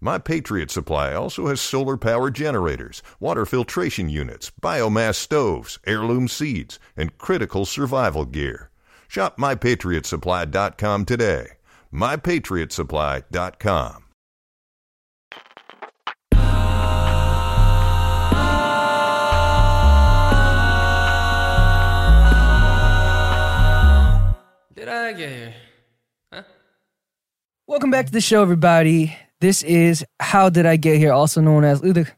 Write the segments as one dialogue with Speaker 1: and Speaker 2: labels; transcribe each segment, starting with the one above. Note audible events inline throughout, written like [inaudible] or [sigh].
Speaker 1: My Patriot Supply also has solar power generators, water filtration units, biomass stoves, heirloom seeds, and critical survival gear. Shop mypatriotsupply.com today. mypatriotsupply.com.
Speaker 2: Did I get here?
Speaker 3: Welcome back to the show, everybody. This is How Did I Get Here, also known as Ludic.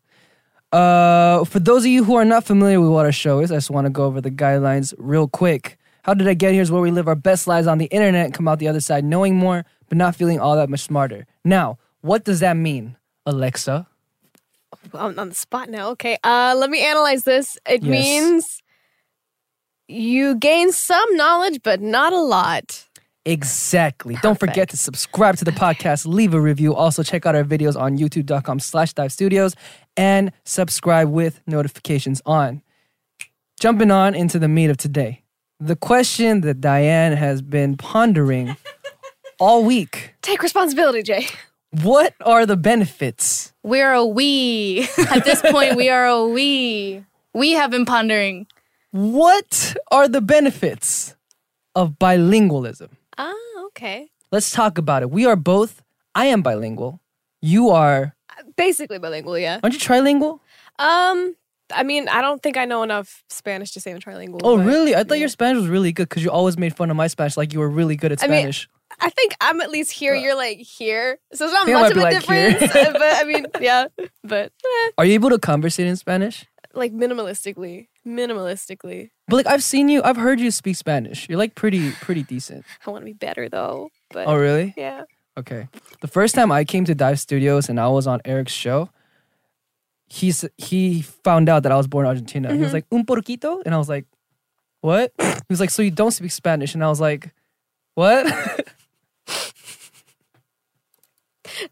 Speaker 3: Uh, for those of you who are not familiar with what our show is, I just want to go over the guidelines real quick. How Did I Get Here is where we live our best lives on the internet and come out the other side knowing more, but not feeling all that much smarter. Now, what does that mean, Alexa?
Speaker 4: I'm on the spot now. Okay. Uh, let me analyze this. It
Speaker 3: Yes.
Speaker 4: means you gain some knowledge, but not a lot.
Speaker 3: Exactly. Don't forget to subscribe to the podcast, leave a review. Also, check out our videos on youtube.com slash dive studios and subscribe with notifications on. Jumping on into the meat of today. The question that Diane has been pondering all week.
Speaker 4: Take responsibility, Jay.
Speaker 3: What are the benefits?
Speaker 5: We're a we. At this point, we are a we. We have been pondering.
Speaker 3: What are the benefits of bilingualism?
Speaker 4: Oh, okay.
Speaker 3: Let's talk about it. We are both, I am bilingual. You are,
Speaker 4: Basically bilingual, yeah.
Speaker 3: aren't you trilingual?
Speaker 4: Um, I mean, I don't think I know enough Spanish to say I'm trilingual.
Speaker 3: Oh,
Speaker 4: but
Speaker 3: really? I thought your Spanish was really good because you always made fun of my Spanish, like you were really good at
Speaker 4: I mean,
Speaker 3: Spanish.
Speaker 4: I think I'm at least here. You're like here, so it's not
Speaker 3: think I
Speaker 4: much of a
Speaker 3: might be like
Speaker 4: difference. [laughs]
Speaker 3: here.
Speaker 4: but
Speaker 3: [laughs]
Speaker 4: I mean, yeah. But eh,
Speaker 3: Are you able to conversate in Spanish?
Speaker 4: like minimalistically, minimalistically.
Speaker 3: But like I've seen you, I've heard you speak Spanish. You're like pretty, pretty
Speaker 4: [laughs]
Speaker 3: decent.
Speaker 4: I want to be better though. But
Speaker 3: Oh, really?
Speaker 4: yeah.
Speaker 3: Okay. The first time I came to Dive Studios and I was on Eric's show, he s- he found out that I was born in Argentina. He was
Speaker 4: Mm-hmm.
Speaker 3: like un porquito, and I was like, what? he was like, so you don't speak Spanish? And I was like, what? [laughs]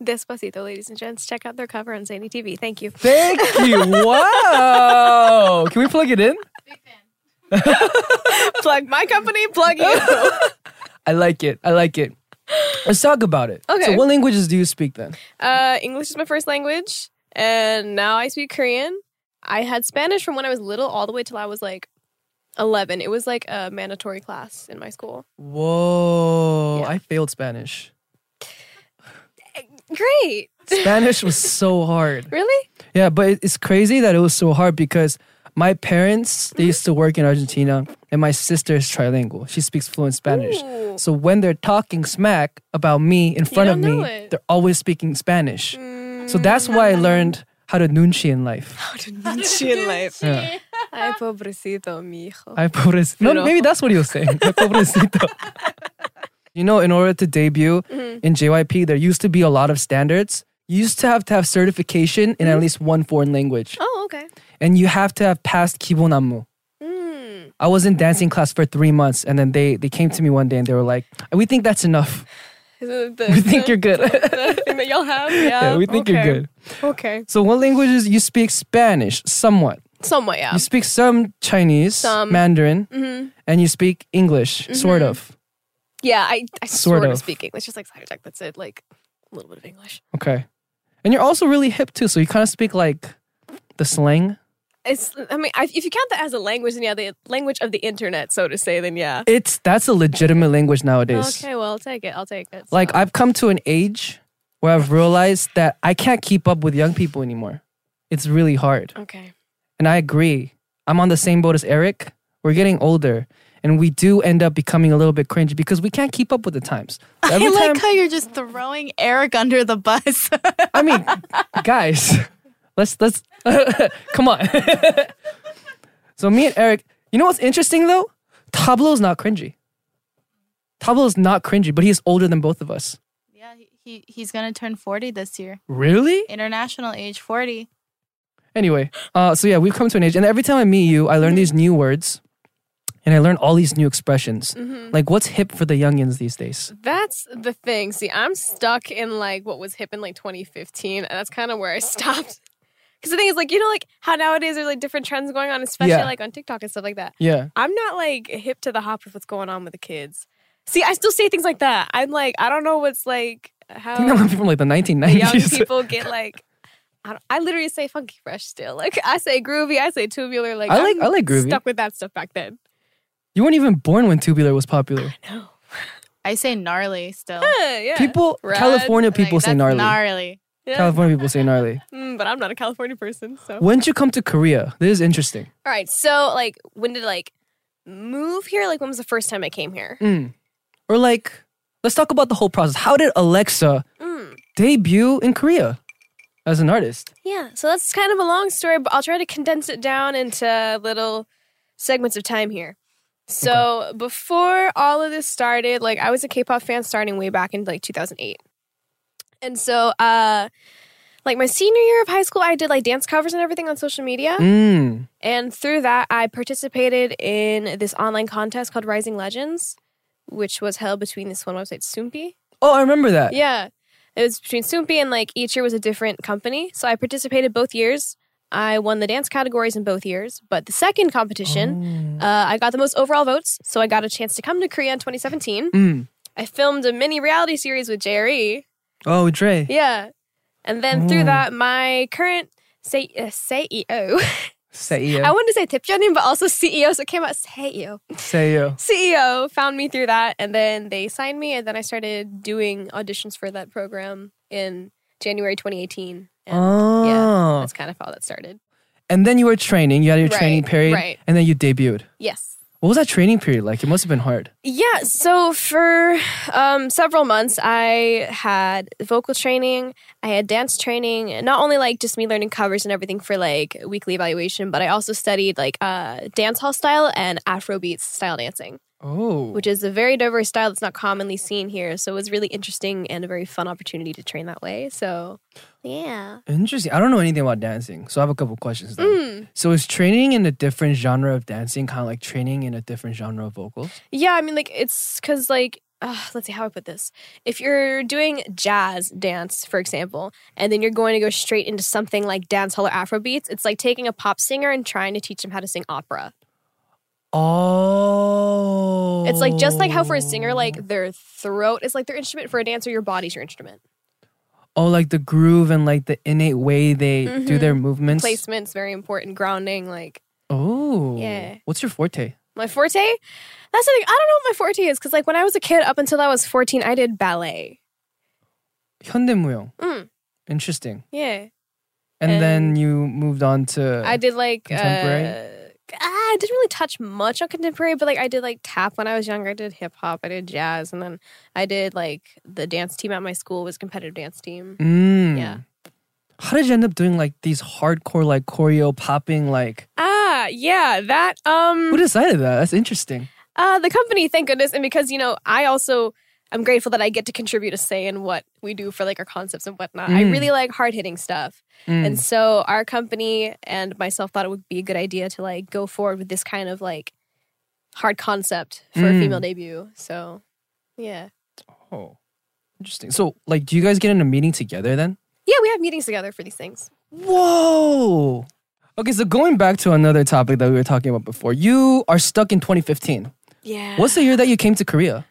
Speaker 4: Despacito, ladies and gents, check out their cover on Zany TV. Thank you.
Speaker 3: Thank you. Wow. Can we plug it in?
Speaker 4: [laughs] plug my company, plug you.
Speaker 3: I like it. I like it. Let's talk about it. So,
Speaker 4: Okay.
Speaker 3: what languages do you speak then?
Speaker 4: [laughs] uh, English is my first language, and now I speak Korean. I had Spanish from when I was little all the way till I was like 11. It was like a mandatory class in my school.
Speaker 3: Whoa, I failed [laughs] Spanish.
Speaker 4: Great.
Speaker 3: Spanish was so hard.
Speaker 4: Really?
Speaker 3: Yeah, but it- it's crazy that it was so hard because my parents, they used to work in Argentina, and my sister is trilingual. She speaks fluent Spanish.
Speaker 4: Ooh.
Speaker 3: So, when they're talking smack about me in front of
Speaker 4: don't
Speaker 3: me,
Speaker 4: know it.
Speaker 3: they're always speaking Spanish. So, that's why I learned how to nunchi in life.
Speaker 4: Nuncian life.
Speaker 3: Yeah.
Speaker 4: Ay, pobrecito, mijo.
Speaker 3: I pobrecito. No,
Speaker 4: Pero-
Speaker 3: maybe that's what he was saying. Ay, pobrecito. [laughs] you know, in order to debut
Speaker 4: Mm-hmm.
Speaker 3: in JYP, there used to be a lot of standards. You used to have to have certification in
Speaker 4: Mm-hmm.
Speaker 3: at least one foreign language,
Speaker 4: Oh, okay.
Speaker 3: and you have to have passed Kibonamu.
Speaker 4: Mm.
Speaker 3: I was in dancing class for three months, and then they they came to me one day and they were like, "We think that's enough. [laughs]
Speaker 4: Is [laughs] it
Speaker 3: We
Speaker 4: the,
Speaker 3: think you're good. [laughs]
Speaker 4: the thing that y'all have? [laughs] Yeah.
Speaker 3: Yeah, we think
Speaker 4: okay.
Speaker 3: you're good."
Speaker 4: Okay.
Speaker 3: So, what languages you speak? Spanish, somewhat.
Speaker 4: Somewhat, yeah.
Speaker 3: You speak some Chinese,
Speaker 4: Um, Some. Mm-hmm.
Speaker 3: Mandarin,
Speaker 4: hmm
Speaker 3: and you speak English, sort of.
Speaker 4: Yeah, I, I
Speaker 3: Sort
Speaker 4: sort, of.
Speaker 3: of.
Speaker 4: speak English, just like side Jack. That's it. Like a little bit of English.
Speaker 3: Okay. And you're also really hip too, so you kind of speak like the slang.
Speaker 4: It's. I mean, I, if you count that as a language, then yeah, the language of the internet, so to say, then yeah.
Speaker 3: It's that's a legitimate language nowadays.
Speaker 4: Okay, well, I'll take it. I'll take it.
Speaker 3: Like I've come to an age where I've realized that I can't keep up with young people anymore. It's really hard.
Speaker 4: okay.
Speaker 3: And I agree. I'm on the same boat as Eric. We're getting older. and we do end up becoming a little bit cringy because we can't keep up with the times. So
Speaker 5: [laughs] I
Speaker 3: every time,
Speaker 5: like how you're just throwing Eric under the bus. [laughs]
Speaker 3: I mean, guys, let's let's [laughs] come on. [laughs] so me and Eric, you know what's interesting though? Tablo's not cringy. Tablo's not cringy, but he's older than both of us.
Speaker 5: yeah, he- he, he's gonna turn 40 this year.
Speaker 3: Really?
Speaker 5: International age 40.
Speaker 3: Anyway, uh, so yeah, we've come to an age, and every time I meet you, I learn these new words, and I learn all these new expressions. Like, what's hip for the youngins these days?
Speaker 4: That's the thing. See, I'm stuck in like what was hip in like 2015, and that's kind of where I [laughs] stopped. Because the thing is, like, you know, like how nowadays there's like different trends going on, especially
Speaker 3: Yeah.
Speaker 4: like on TikTok and stuff like that.
Speaker 3: Yeah,
Speaker 4: I'm not like hip to the hop with what's going on with the kids. See, I still say things like that. I'm like, I don't know what's like
Speaker 3: [laughs] I think that
Speaker 4: how
Speaker 3: might be from like the [laughs]
Speaker 4: the young
Speaker 3: 1990s.
Speaker 4: people get like. I, don't, I literally say funky fresh still. Like I say groovy, I say tubular. Like
Speaker 3: I like-
Speaker 4: I'm
Speaker 3: I like groovy.
Speaker 4: Stuck with that stuff back then. [laughs]
Speaker 3: you weren't even born when tubular was popular.
Speaker 4: No,
Speaker 5: I say gnarly [laughs] still.
Speaker 4: yeah, yeah.
Speaker 3: People,
Speaker 4: Rad.
Speaker 3: California people
Speaker 5: Like,
Speaker 3: say
Speaker 5: that's
Speaker 3: gnarly.
Speaker 5: Gnarly.
Speaker 4: Yeah.
Speaker 3: California people say gnarly.
Speaker 4: Mm, but I'm not a California person, so.
Speaker 3: When'd you come to Korea? This is interesting.
Speaker 4: All right. So, like, when did like move here? Like, when was the first time I came here?
Speaker 3: Mm. Or like, let's talk about the whole process. How did Alexa
Speaker 4: Mm.
Speaker 3: debut in Korea as an artist?
Speaker 4: Yeah. So that's kind of a long story, but I'll try to condense it down into little segments of time here. So before all of this started, like I was a K-pop fan starting way back in like 2008, and so uh, like my senior year of high school, I did like dance covers and everything on social media.
Speaker 3: Mm.
Speaker 4: And through that, I participated in this online contest called Rising Legends, which was held between this one website, Soompi.
Speaker 3: Oh, I remember that.
Speaker 4: Yeah. It was between Soompi and like each year was a different company. So I participated both years. I won the dance categories in both years. But the second competition, uh, I got the most overall votes. So I got a chance to come to Korea in 2017.
Speaker 3: Oh. Mm.
Speaker 4: I filmed a mini reality series with JRE.
Speaker 3: Oh, Dre.
Speaker 4: Yeah. And then through
Speaker 3: Mm.
Speaker 4: that, my current say, uh, CEO.
Speaker 3: Say you.
Speaker 4: [laughs] I wanted to say tip Jenin, but also CEO, so it came out E CEO.
Speaker 3: say you.
Speaker 4: CEO E found me through that, and then they signed me, and then I started doing auditions for that program in January 2018. And
Speaker 3: Oh.
Speaker 4: yeah, that's kind of how that started.
Speaker 3: And then you were training. You had your
Speaker 4: Right,
Speaker 3: training period.
Speaker 4: right.
Speaker 3: And then you debuted.
Speaker 4: Yes.
Speaker 3: What was that training period like? It must have been hard.
Speaker 4: Yeah, so for um, several months, I had vocal training, I had dance training, not only like just me learning covers and everything for like weekly evaluation, but I also studied like uh, dance hall style and Afrobeats style dancing.
Speaker 3: Oh.
Speaker 4: which is a very diverse style that's not commonly seen here. So it was really interesting and a very fun opportunity to train that way. So, yeah.
Speaker 3: Interesting. I don't know anything about dancing, so I have a couple questions. Then.
Speaker 4: Mm.
Speaker 3: So is training in a different genre of dancing kind of like training in a different genre of vocals?
Speaker 4: Yeah, I mean, like, it's because, like, uh, let's see how I put this. If you're doing jazz dance, for example, and then you're going to go straight into something like dance hall or Afrobeats, it's like taking a pop singer and trying to teach them how to sing opera.
Speaker 3: Oh.
Speaker 4: It's like just like how for a singer, like, their throat is like their instrument, for a dancer, your body's your instrument.
Speaker 3: Oh, like the groove and like the innate way they do their
Speaker 4: Mm-hmm.
Speaker 3: movements.
Speaker 4: Placement's very important, grounding, like,
Speaker 3: Oh.
Speaker 4: Yeah.
Speaker 3: What's your forte?
Speaker 4: My forte? That's the thing. I don't know what my forte is because, like, when I was a kid, up until I was 14, I did ballet.
Speaker 3: 현대무용.
Speaker 4: Mm.
Speaker 3: Interesting.
Speaker 4: Yeah.
Speaker 3: And, then
Speaker 4: And-
Speaker 3: you moved on to
Speaker 4: I did, like,
Speaker 3: Uh, Contemporary?
Speaker 4: Uh, I didn't really touch much on contemporary, but, like, I did, like, tap when I was younger. I did hip hop, I did jazz, and then I did, like, the dance team at my school was a competitive dance team.
Speaker 3: Mm.
Speaker 4: Yeah.
Speaker 3: How did you end up doing like these hardcore like choreo popping like
Speaker 4: Ah, yeah. That, um,
Speaker 3: who decided that? That's interesting.
Speaker 4: uh, the company, thank goodness. And because, you know, I also am grateful that I get to contribute a say in what we do for like our concepts and whatnot. I
Speaker 3: Mm.
Speaker 4: really like hard hitting stuff.
Speaker 3: Mm.
Speaker 4: And so our company and myself thought it would be a good idea to like go forward with this kind of like hard concept for
Speaker 3: Mm.
Speaker 4: a female debut. So, yeah.
Speaker 3: oh. Interesting. So like do you guys get in a meeting together then?
Speaker 4: Yeah, we have meetings together for these things.
Speaker 3: Whoa. Okay, so going back to another topic that we were talking about before, you are stuck in 2015.
Speaker 4: Yeah.
Speaker 3: What's the year that you came to Korea?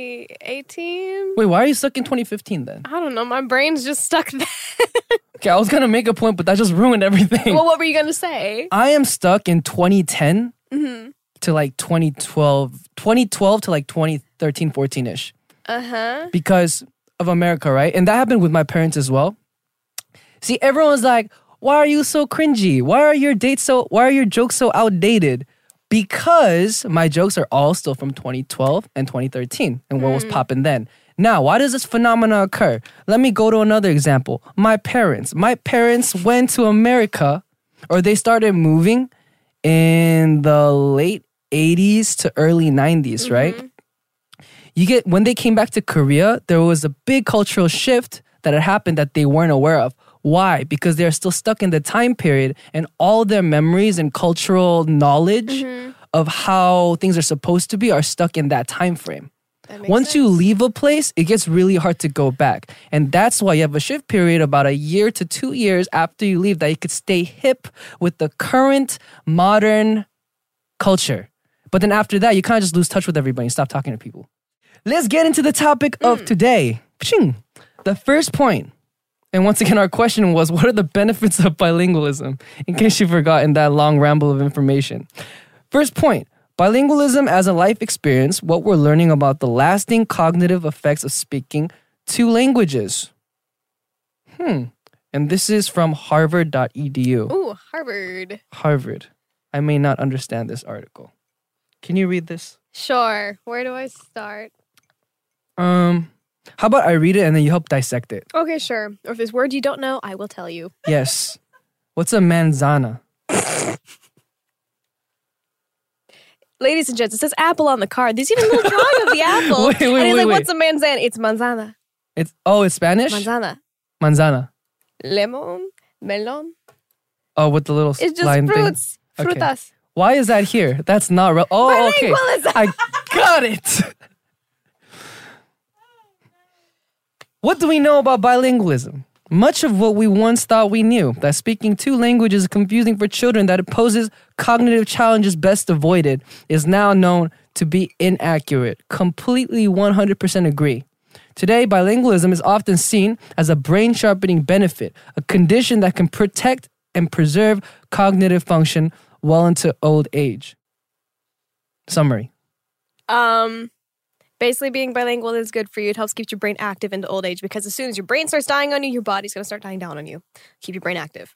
Speaker 4: 2018?
Speaker 3: Wait, why are you stuck in 2015 then?
Speaker 4: I don't know. My brain's just stuck [laughs] there.
Speaker 3: Mm. Okay, I was gonna make a point, but that just ruined everything.
Speaker 4: well, what were you going to say?
Speaker 3: I am stuck in 2010
Speaker 4: hmm
Speaker 3: to like 2012, 2012 to like 2013, 14 ish
Speaker 4: Uh huh.
Speaker 3: because of America, right? And that happened with my parents as well. See, everyone's like, why are you so cringy? Why are your dates so, why are your jokes so outdated? because my jokes are all still from 2012 and 2013 and what was popping then. Now, why does this phenomena occur? Let me go to another example. My parents. My parents went to America or they started moving in the late 80s to early 90s, right? You get when they came back to Korea, there was a big cultural shift that had happened that they weren't aware of. Why? Because they're still stuck in the time period and all their memories and cultural knowledge of how things are supposed to be are stuck in that time frame. Once you leave a place, it gets really hard to go back. And that's why you have a shift period about a year to two years after you leave that you could stay hip with the current modern culture. But then after that, you kind of just lose touch with everybody and stop talking to people. Let's get into the topic of today. Pshing. The first point, and once again, our question was what are the benefits of bilingualism? In case you forgot in that long ramble of information. First point bilingualism as a life experience, what we're learning about the lasting cognitive effects of speaking two languages. Hmm. And this is from E harvard.edu.
Speaker 4: Ooh, Harvard.
Speaker 3: Harvard. I may not understand this article. Can you read this?
Speaker 4: Sure. Where do I start?
Speaker 3: Um, how about I read it and then you help dissect it?
Speaker 4: Okay, sure. Or if there's words you don't know, I will tell you.
Speaker 3: Yes. What's a manzana?
Speaker 4: Ladies and gents, it says apple on the card. There's even a little drawing
Speaker 3: [laughs]
Speaker 4: of the apple.
Speaker 3: Wait, wait,
Speaker 4: and
Speaker 3: wait,
Speaker 4: it's like,
Speaker 3: wait.
Speaker 4: what's a manzana? It's manzana.
Speaker 3: It's oh, it's Spanish.
Speaker 4: Manzana.
Speaker 3: Manzana.
Speaker 4: Lemon. Melon.
Speaker 3: Oh, with the little
Speaker 4: It's just
Speaker 3: line thing.
Speaker 4: fruits.
Speaker 3: Okay.
Speaker 4: Frutas.
Speaker 3: Why is that here? That's not re- Oh, okay.
Speaker 4: Bilingualism.
Speaker 3: I got it. what do we know about bilingualism? Much of what we once thought we knew that speaking two languages is confusing for children, that it poses cognitive challenges best avoided, is now known to be inaccurate. Completely 100% agree. Today, bilingualism is often seen as a brain sharpening benefit, a condition that can protect and preserve cognitive function well into old age. Summary.
Speaker 4: Um, basically, being bilingual is good for you. It helps keep your brain active into old age because as soon as your brain starts dying on you, your body's going to start dying down on you. Keep your brain active.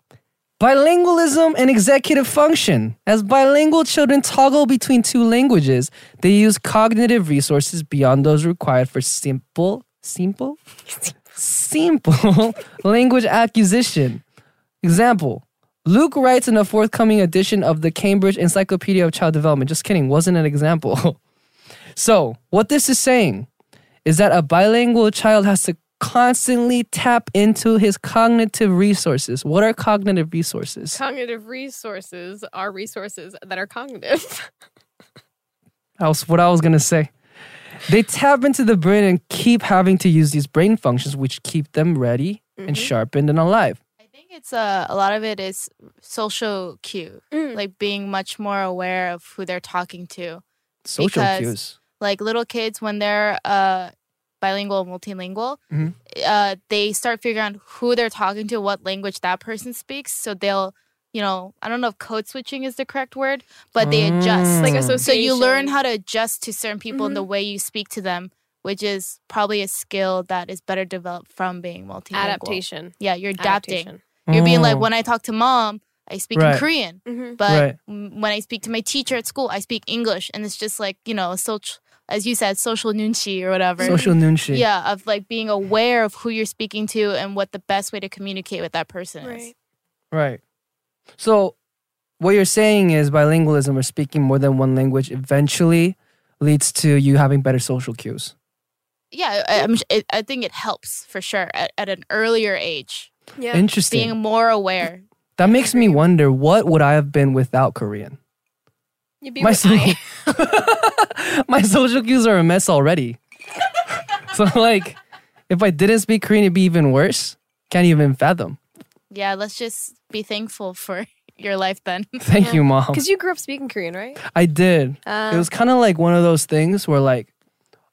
Speaker 3: Bilingualism and executive function. As bilingual children toggle between two languages, they use cognitive resources beyond those required for simple, simple, simple [laughs] language acquisition. Example Luke writes in a forthcoming edition of the Cambridge Encyclopedia of Child Development. Just kidding, wasn't an example. [laughs] so, what this is saying is that a bilingual child has to constantly tap into his cognitive resources. What are cognitive resources?
Speaker 4: Cognitive resources are resources that are cognitive.
Speaker 3: That was what I was gonna say. They tap into the brain and keep having to use these brain functions, which keep them ready
Speaker 5: Mm-hmm.
Speaker 3: and sharpened and alive.
Speaker 5: I think it's uh, a lot of it is social cue,
Speaker 4: Mm.
Speaker 5: like being much more aware of who they're talking to.
Speaker 3: Social
Speaker 5: Because-
Speaker 3: cues.
Speaker 5: Like little kids, when they're uh, bilingual, multilingual,
Speaker 3: Mhm.
Speaker 5: uh, they start figuring out who they're talking to, what language that person speaks. So they'll, you know, I don't know if code switching is the correct word, but they adjust.
Speaker 3: Like
Speaker 4: Mm.
Speaker 5: so you learn
Speaker 4: association. Mm-hmm.
Speaker 5: how to adjust to certain people in the way you speak to them, which is probably a skill that is better developed from being
Speaker 4: [laughs]
Speaker 5: multilingual.
Speaker 4: Adaptation.
Speaker 5: Yeah, you're adapting.
Speaker 4: Adaptation.
Speaker 5: You're being like,
Speaker 3: Oh,
Speaker 5: when I talk to mom, I speak
Speaker 3: Right.
Speaker 5: in Korean,
Speaker 4: Mhm.
Speaker 5: but
Speaker 3: Right.
Speaker 5: m- when I speak to my teacher at school, I speak English, and it's just like you know, social, as you said, social nunchi or whatever.
Speaker 3: social nunchi.
Speaker 5: Yeah, of like being aware of who you're speaking to and what the best way to communicate with that person is.
Speaker 4: Right.
Speaker 3: Right. So, what you're saying is bilingualism or speaking more than one language eventually leads to you having better social cues.
Speaker 5: Yeah, I, I'm, it, I think it helps for sure at, at an earlier age,
Speaker 4: Yeah.
Speaker 3: Interesting.
Speaker 5: being more aware.
Speaker 3: that makes me wonder what would I have been without Korean?
Speaker 4: You be
Speaker 3: My,
Speaker 4: with
Speaker 3: so-
Speaker 4: I.
Speaker 3: [laughs] my social cues are a mess already. [laughs] so, like, if I didn't speak Korean, it'd be even worse. Can't even fathom.
Speaker 5: Yeah, let's just be thankful for [laughs] your life then.
Speaker 3: Thank you, mom.
Speaker 4: Because you grew up speaking Korean, right?
Speaker 3: I did. it
Speaker 4: Um,
Speaker 3: was kind of like one of those things where like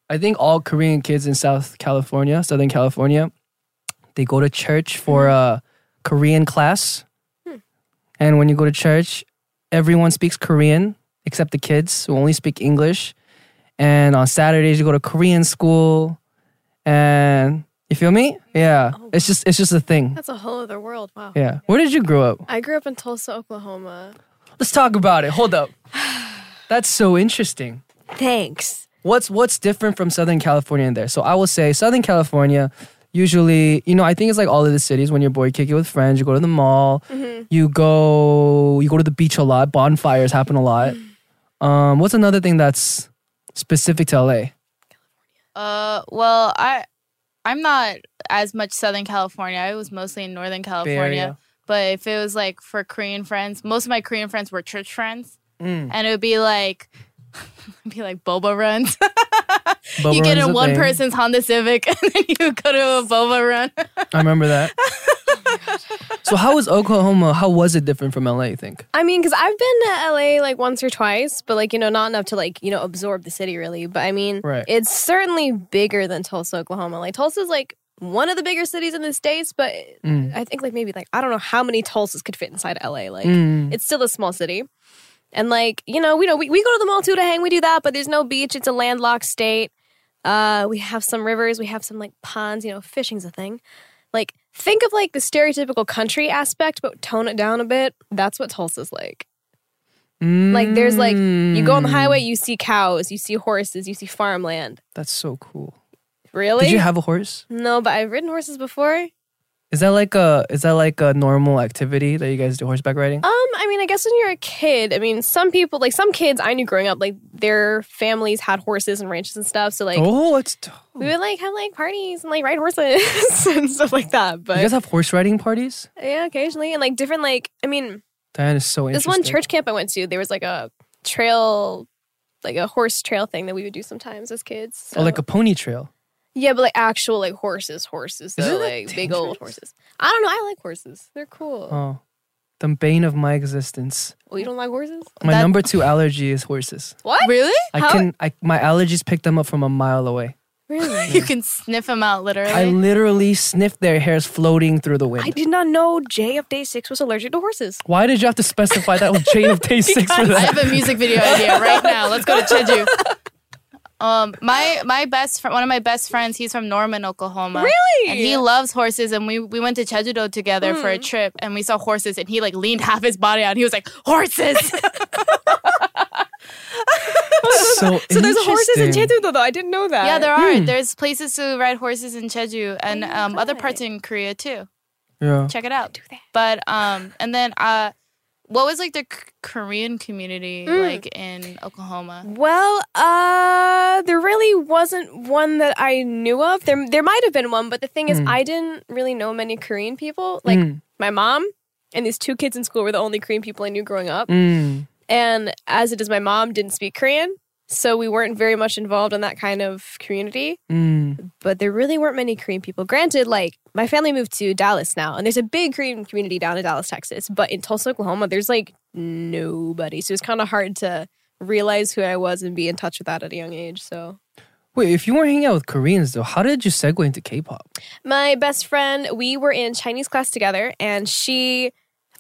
Speaker 3: i think all korean kids in south california southern california they go to church for a korean class and when you go to church everyone speaks korean except the kids who only speak english and on saturdays you go to korean school and you feel me yeah it's just it's just a thing
Speaker 4: That's a whole other world. Wow.
Speaker 3: yeah where did you grow up
Speaker 4: I grew up in Tulsa, Oklahoma.
Speaker 3: let's talk about it hold up That's so interesting.
Speaker 4: Thanks.
Speaker 3: What's what's different from Southern California in there? So I will say Southern California. Usually, you know, I think it's like all of the cities. When you're bored, you kick it with friends. You go to the mall.
Speaker 5: Mm-hmm.
Speaker 3: You go you go to the beach a lot. Bonfires happen a lot.
Speaker 5: Mm-hmm.
Speaker 3: Um, what's another thing that's specific to LA?
Speaker 5: Uh, well, I I'm not as much Southern California. I was mostly in Northern California.
Speaker 3: area.
Speaker 5: But if it was like for Korean friends, most of my Korean friends were church friends,
Speaker 3: Mm.
Speaker 5: and it would be like, [laughs] it'd be like boba runs. [laughs]
Speaker 3: Boba
Speaker 5: you get
Speaker 3: runs is
Speaker 5: in
Speaker 3: a
Speaker 5: one
Speaker 3: thing.
Speaker 5: person's Honda Civic, [laughs] and then you go to a boba run.
Speaker 3: [laughs] I remember
Speaker 5: [laughs]
Speaker 3: that. so how was Oklahoma? How was it different from LA? You think?
Speaker 4: I mean, because I've been to LA like once or twice, but like, you know, not enough to like, you know, absorb the city really. But I mean,
Speaker 3: Right.
Speaker 4: it's certainly bigger than Tulsa, Oklahoma. Like, Tulsa's like one of the bigger cities in the States, but
Speaker 3: Mm.
Speaker 4: I think like maybe like, I don't know how many Tulsas could fit inside LA. Like,
Speaker 3: Mm.
Speaker 4: it's still a small city. And like, you know, we know we, we go to the mall too to hang, we do that, but there's no beach. It's a landlocked state. Uh, we have some rivers, we have some like ponds, you know, fishing's a thing. Like, think of like the stereotypical country aspect, but tone it down a bit. That's what Tulsa's like. Like there's like you go on the
Speaker 3: Mm.
Speaker 4: highway, you see cows, you see horses, you see farmland.
Speaker 3: That's so cool.
Speaker 4: Really?
Speaker 3: Did you have a horse?
Speaker 4: no, but I've ridden horses before. Um,
Speaker 3: Is that like a is that like a normal activity that you guys do horseback
Speaker 5: Uh,
Speaker 3: riding?
Speaker 4: Um, I mean, I guess when you're a kid, I mean, some people, like some kids I knew growing up, like their families had horses and ranches and stuff. So like,
Speaker 3: oh, it's dope.
Speaker 4: we would like have like parties and like ride horses [laughs] and stuff like that.
Speaker 3: you guys
Speaker 4: But
Speaker 3: have horse riding parties?
Speaker 4: yeah, occasionally and like different like, I mean,
Speaker 3: That is so
Speaker 4: this
Speaker 3: interesting.
Speaker 4: one church camp I went to, there was like a trail, like a horse trail thing that we would do sometimes as kids.
Speaker 3: Oh, like
Speaker 4: so-
Speaker 3: a pony trail.
Speaker 4: yeah, but like actual like horses, horses,
Speaker 3: Isn't
Speaker 4: though,
Speaker 3: that
Speaker 4: like big old
Speaker 3: dangerous?
Speaker 4: horses. I don't know. I like horses. They're cool.
Speaker 3: Oh, the bane of my existence.
Speaker 4: oh, you don't like horses?
Speaker 3: My
Speaker 5: That-
Speaker 3: number two allergy is horses.
Speaker 4: What?
Speaker 5: really?
Speaker 3: I
Speaker 4: How-
Speaker 3: can I, my allergies picked them up from a mile away.
Speaker 4: Really?
Speaker 5: You can sniff them out literally.
Speaker 3: I literally sniffed their hairs floating through the wind.
Speaker 4: I did not know Jay of Day Six was allergic to horses.
Speaker 3: Why did you have to specify that was
Speaker 4: [laughs]
Speaker 3: Jane of Day Six for
Speaker 5: I
Speaker 3: that?
Speaker 5: have a music video idea right now. Let's go to Jeju. Um, my my best friend, one of my best friends, he's from Norman, Oklahoma.
Speaker 4: Really?
Speaker 5: And he loves horses, and we we went to Jeju-do together for a trip, and we saw horses, and he like leaned [laughs] half his body out, and he was like, "Horses!" [laughs]
Speaker 3: so
Speaker 4: So there's horses in
Speaker 3: interesting.
Speaker 4: Jeju, though. I didn't know that.
Speaker 5: yeah, there are. There's places to ride horses in Jeju and um, other parts in Korea too.
Speaker 3: Yeah.
Speaker 5: Check it out. But um, and then uh, what was like the K- Korean community like in Oklahoma?
Speaker 4: Well, uh, there really wasn't one that I knew of. There, there might have been one, but the thing is, I didn't really know many Korean people. Like
Speaker 3: Mm.
Speaker 4: my mom and these two kids in school were the only Korean people I knew growing up.
Speaker 3: Mm.
Speaker 4: And as it is, my mom didn't speak Korean, so we weren't very much involved in that kind of community.
Speaker 3: Mm.
Speaker 4: But there really weren't many Korean people. Granted, like my family moved to Dallas now, and there's a big Korean community down in Dallas, Texas. But in Tulsa, Oklahoma, there's like nobody. So it's kind of hard to realize who I was and be in touch with that at a young age. So
Speaker 3: Wait, if you weren't hanging out with Koreans though, how did you segue into K-pop?
Speaker 4: my best friend, we were in Chinese class together, and she.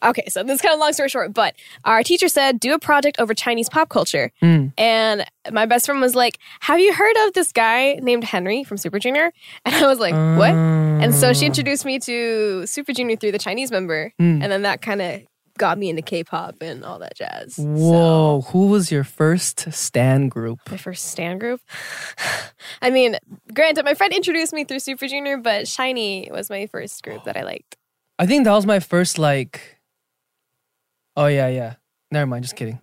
Speaker 4: Okay, so this is kind of long story short, but our teacher said do a project over Chinese pop culture.
Speaker 3: Mm.
Speaker 4: And my best friend was like, Have you heard of this guy named Henry from Super Junior? [laughs] And I was like, What? And so she introduced me to Super Junior through the Chinese member.
Speaker 3: Mm.
Speaker 4: And then that kind of got me into K pop and all that jazz.
Speaker 3: Whoa, who was your first stan group?
Speaker 4: My first stand group. [sighs] I mean, granted, my friend introduced me through Super Junior, but Shiny was my first group that I liked.
Speaker 3: I think that was my first like Oh yeah, yeah. Never mind, just kidding.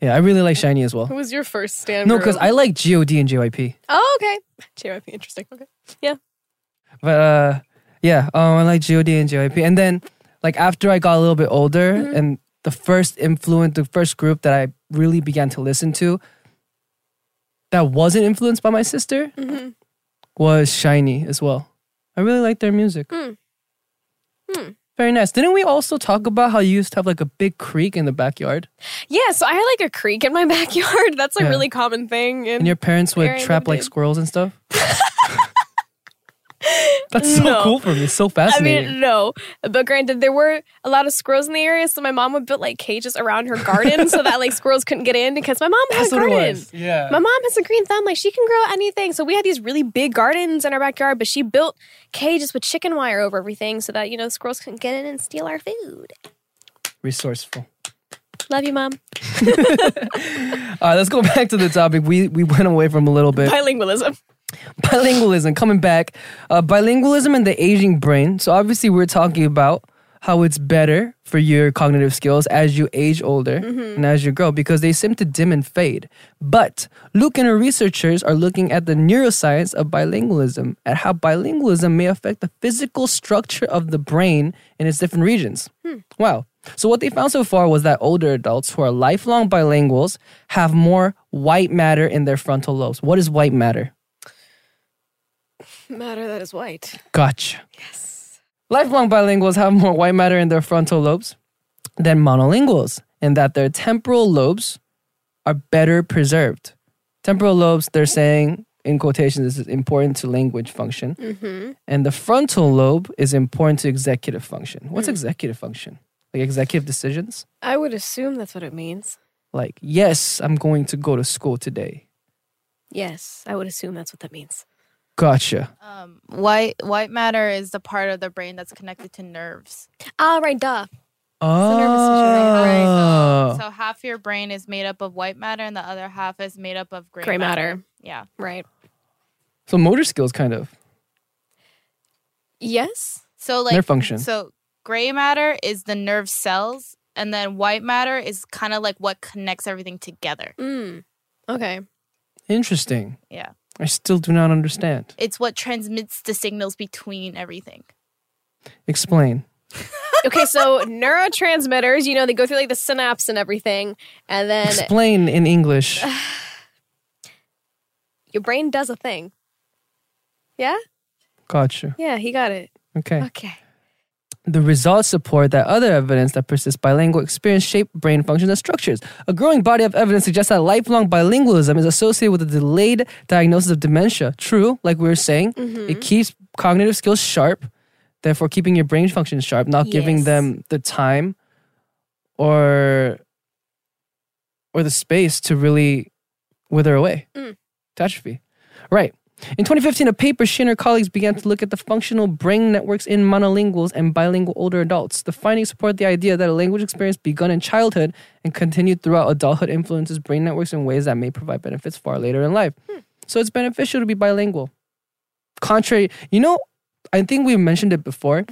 Speaker 3: Yeah, I really like Shiny as well.
Speaker 4: Who was your first stand
Speaker 3: No,
Speaker 4: group?
Speaker 3: because I like GOD and JYP.
Speaker 4: Oh, okay. JYP, interesting. Okay.
Speaker 3: But uh yeah, um I like GOD and JYP. And then like after I got a little bit older
Speaker 4: Mm-hmm.
Speaker 3: and the first influence the first group that I really began to listen to that wasn't influenced by my sister
Speaker 4: Mhm.
Speaker 3: was Shiny as well. I really like their music.
Speaker 4: Mm. Hmm.
Speaker 3: Very nice. Didn't we also talk about how you used to have like a big creek in the backyard?
Speaker 4: Yeah, so I had like a creek in my [laughs] backyard. That's a
Speaker 3: Yeah.
Speaker 4: really common thing. in
Speaker 3: And your parents would
Speaker 4: Very
Speaker 3: trap like
Speaker 4: limited.
Speaker 3: squirrels and
Speaker 4: [laughs]
Speaker 3: stuff? That's so
Speaker 4: No.
Speaker 3: cool for me. So
Speaker 4: I
Speaker 3: fascinating.
Speaker 4: mean, no. But granted, there were a lot of squirrels in the area, so my mom would build like cages around her garden so
Speaker 3: [laughs]
Speaker 4: that like squirrels couldn't get in because my mom has
Speaker 3: That's
Speaker 4: a
Speaker 3: what it
Speaker 4: garden.
Speaker 3: was. Yeah.
Speaker 4: My mom has a green thumb, like she can grow anything. So we had these really big gardens in our backyard, but she built cages with chicken wire over everything so that, you know, squirrels couldn't get in and steal our food.
Speaker 3: Resourceful.
Speaker 4: Love you, mom.
Speaker 3: All right, let's go [laughs] back to the topic. We we went away from a little bit.
Speaker 4: Bilingualism.
Speaker 3: bilingualism coming back uh, bilingualism and the aging brain so obviously we're talking about how it's better for your cognitive skills as you age older and as you grow because they seem to dim and fade but luke and her researchers are looking at the neuroscience of bilingualism at how bilingualism may affect the physical structure of the brain in its different regions wow so what they found so far was that older adults who are lifelong bilinguals have more white matter in their frontal lobes what is white matter
Speaker 4: Matter that is white.
Speaker 3: Gotcha. Yes. Lifelong bilinguals have more white matter in their frontal lobes than monolinguals, in that their temporal lobes are better preserved. Temporal lobes, they're saying in quotations, this is important to language function, and the frontal lobe is important to executive function. What's executive function? Like executive decisions?
Speaker 4: I would assume that's what it means.
Speaker 3: Like, yes, I'm going to go to school today.
Speaker 4: Yes, I would assume that's what that means.
Speaker 3: Gotcha.
Speaker 5: Um, white white matter is the part of the brain that's connected to nerves.
Speaker 4: All right, duh.
Speaker 3: Oh.
Speaker 4: nervous system,
Speaker 5: Right?
Speaker 3: right?
Speaker 4: Oh.
Speaker 5: So, so half your brain is made up of white matter, and the other half is made up of gray,
Speaker 4: Gray matter.
Speaker 5: Yeah.
Speaker 4: Right.
Speaker 3: so motor skills, kind of.
Speaker 4: Yes.
Speaker 5: So like
Speaker 3: Nerve function.
Speaker 5: So gray matter is the nerve cells, and then white matter is kind of like what connects everything together.
Speaker 4: Mm. Okay.
Speaker 3: Interesting.
Speaker 5: Yeah.
Speaker 3: I still do not understand.
Speaker 5: It's what transmits the signals between everything.
Speaker 3: Explain.
Speaker 4: [laughs] Okay, so neurotransmitters, you know, they go through like the synapse and everything, and then
Speaker 3: Explain in English.
Speaker 4: your brain does a thing. Yeah?
Speaker 3: Gotcha.
Speaker 4: Yeah, he got it.
Speaker 3: Okay.
Speaker 4: Okay.
Speaker 3: The results support that other evidence that persists bilingual experience shape brain functions and structures. A growing body of evidence suggests that lifelong bilingualism is associated with a delayed diagnosis of dementia. True, like we were saying, it keeps cognitive skills sharp, therefore keeping your brain functions sharp, not giving
Speaker 4: Yes.
Speaker 3: them the time or or the space to really wither away.
Speaker 4: Mm.
Speaker 3: Atrophy. Right. In 2015, a paper she and her colleagues began to look at the functional brain networks in monolinguals and bilingual older adults. The findings support the idea that a language experience begun in childhood and continued throughout adulthood influences brain networks in ways that may provide benefits far later in life.
Speaker 4: Hmm.
Speaker 3: So it's beneficial to be bilingual. Contrary, you know, I think we mentioned it before,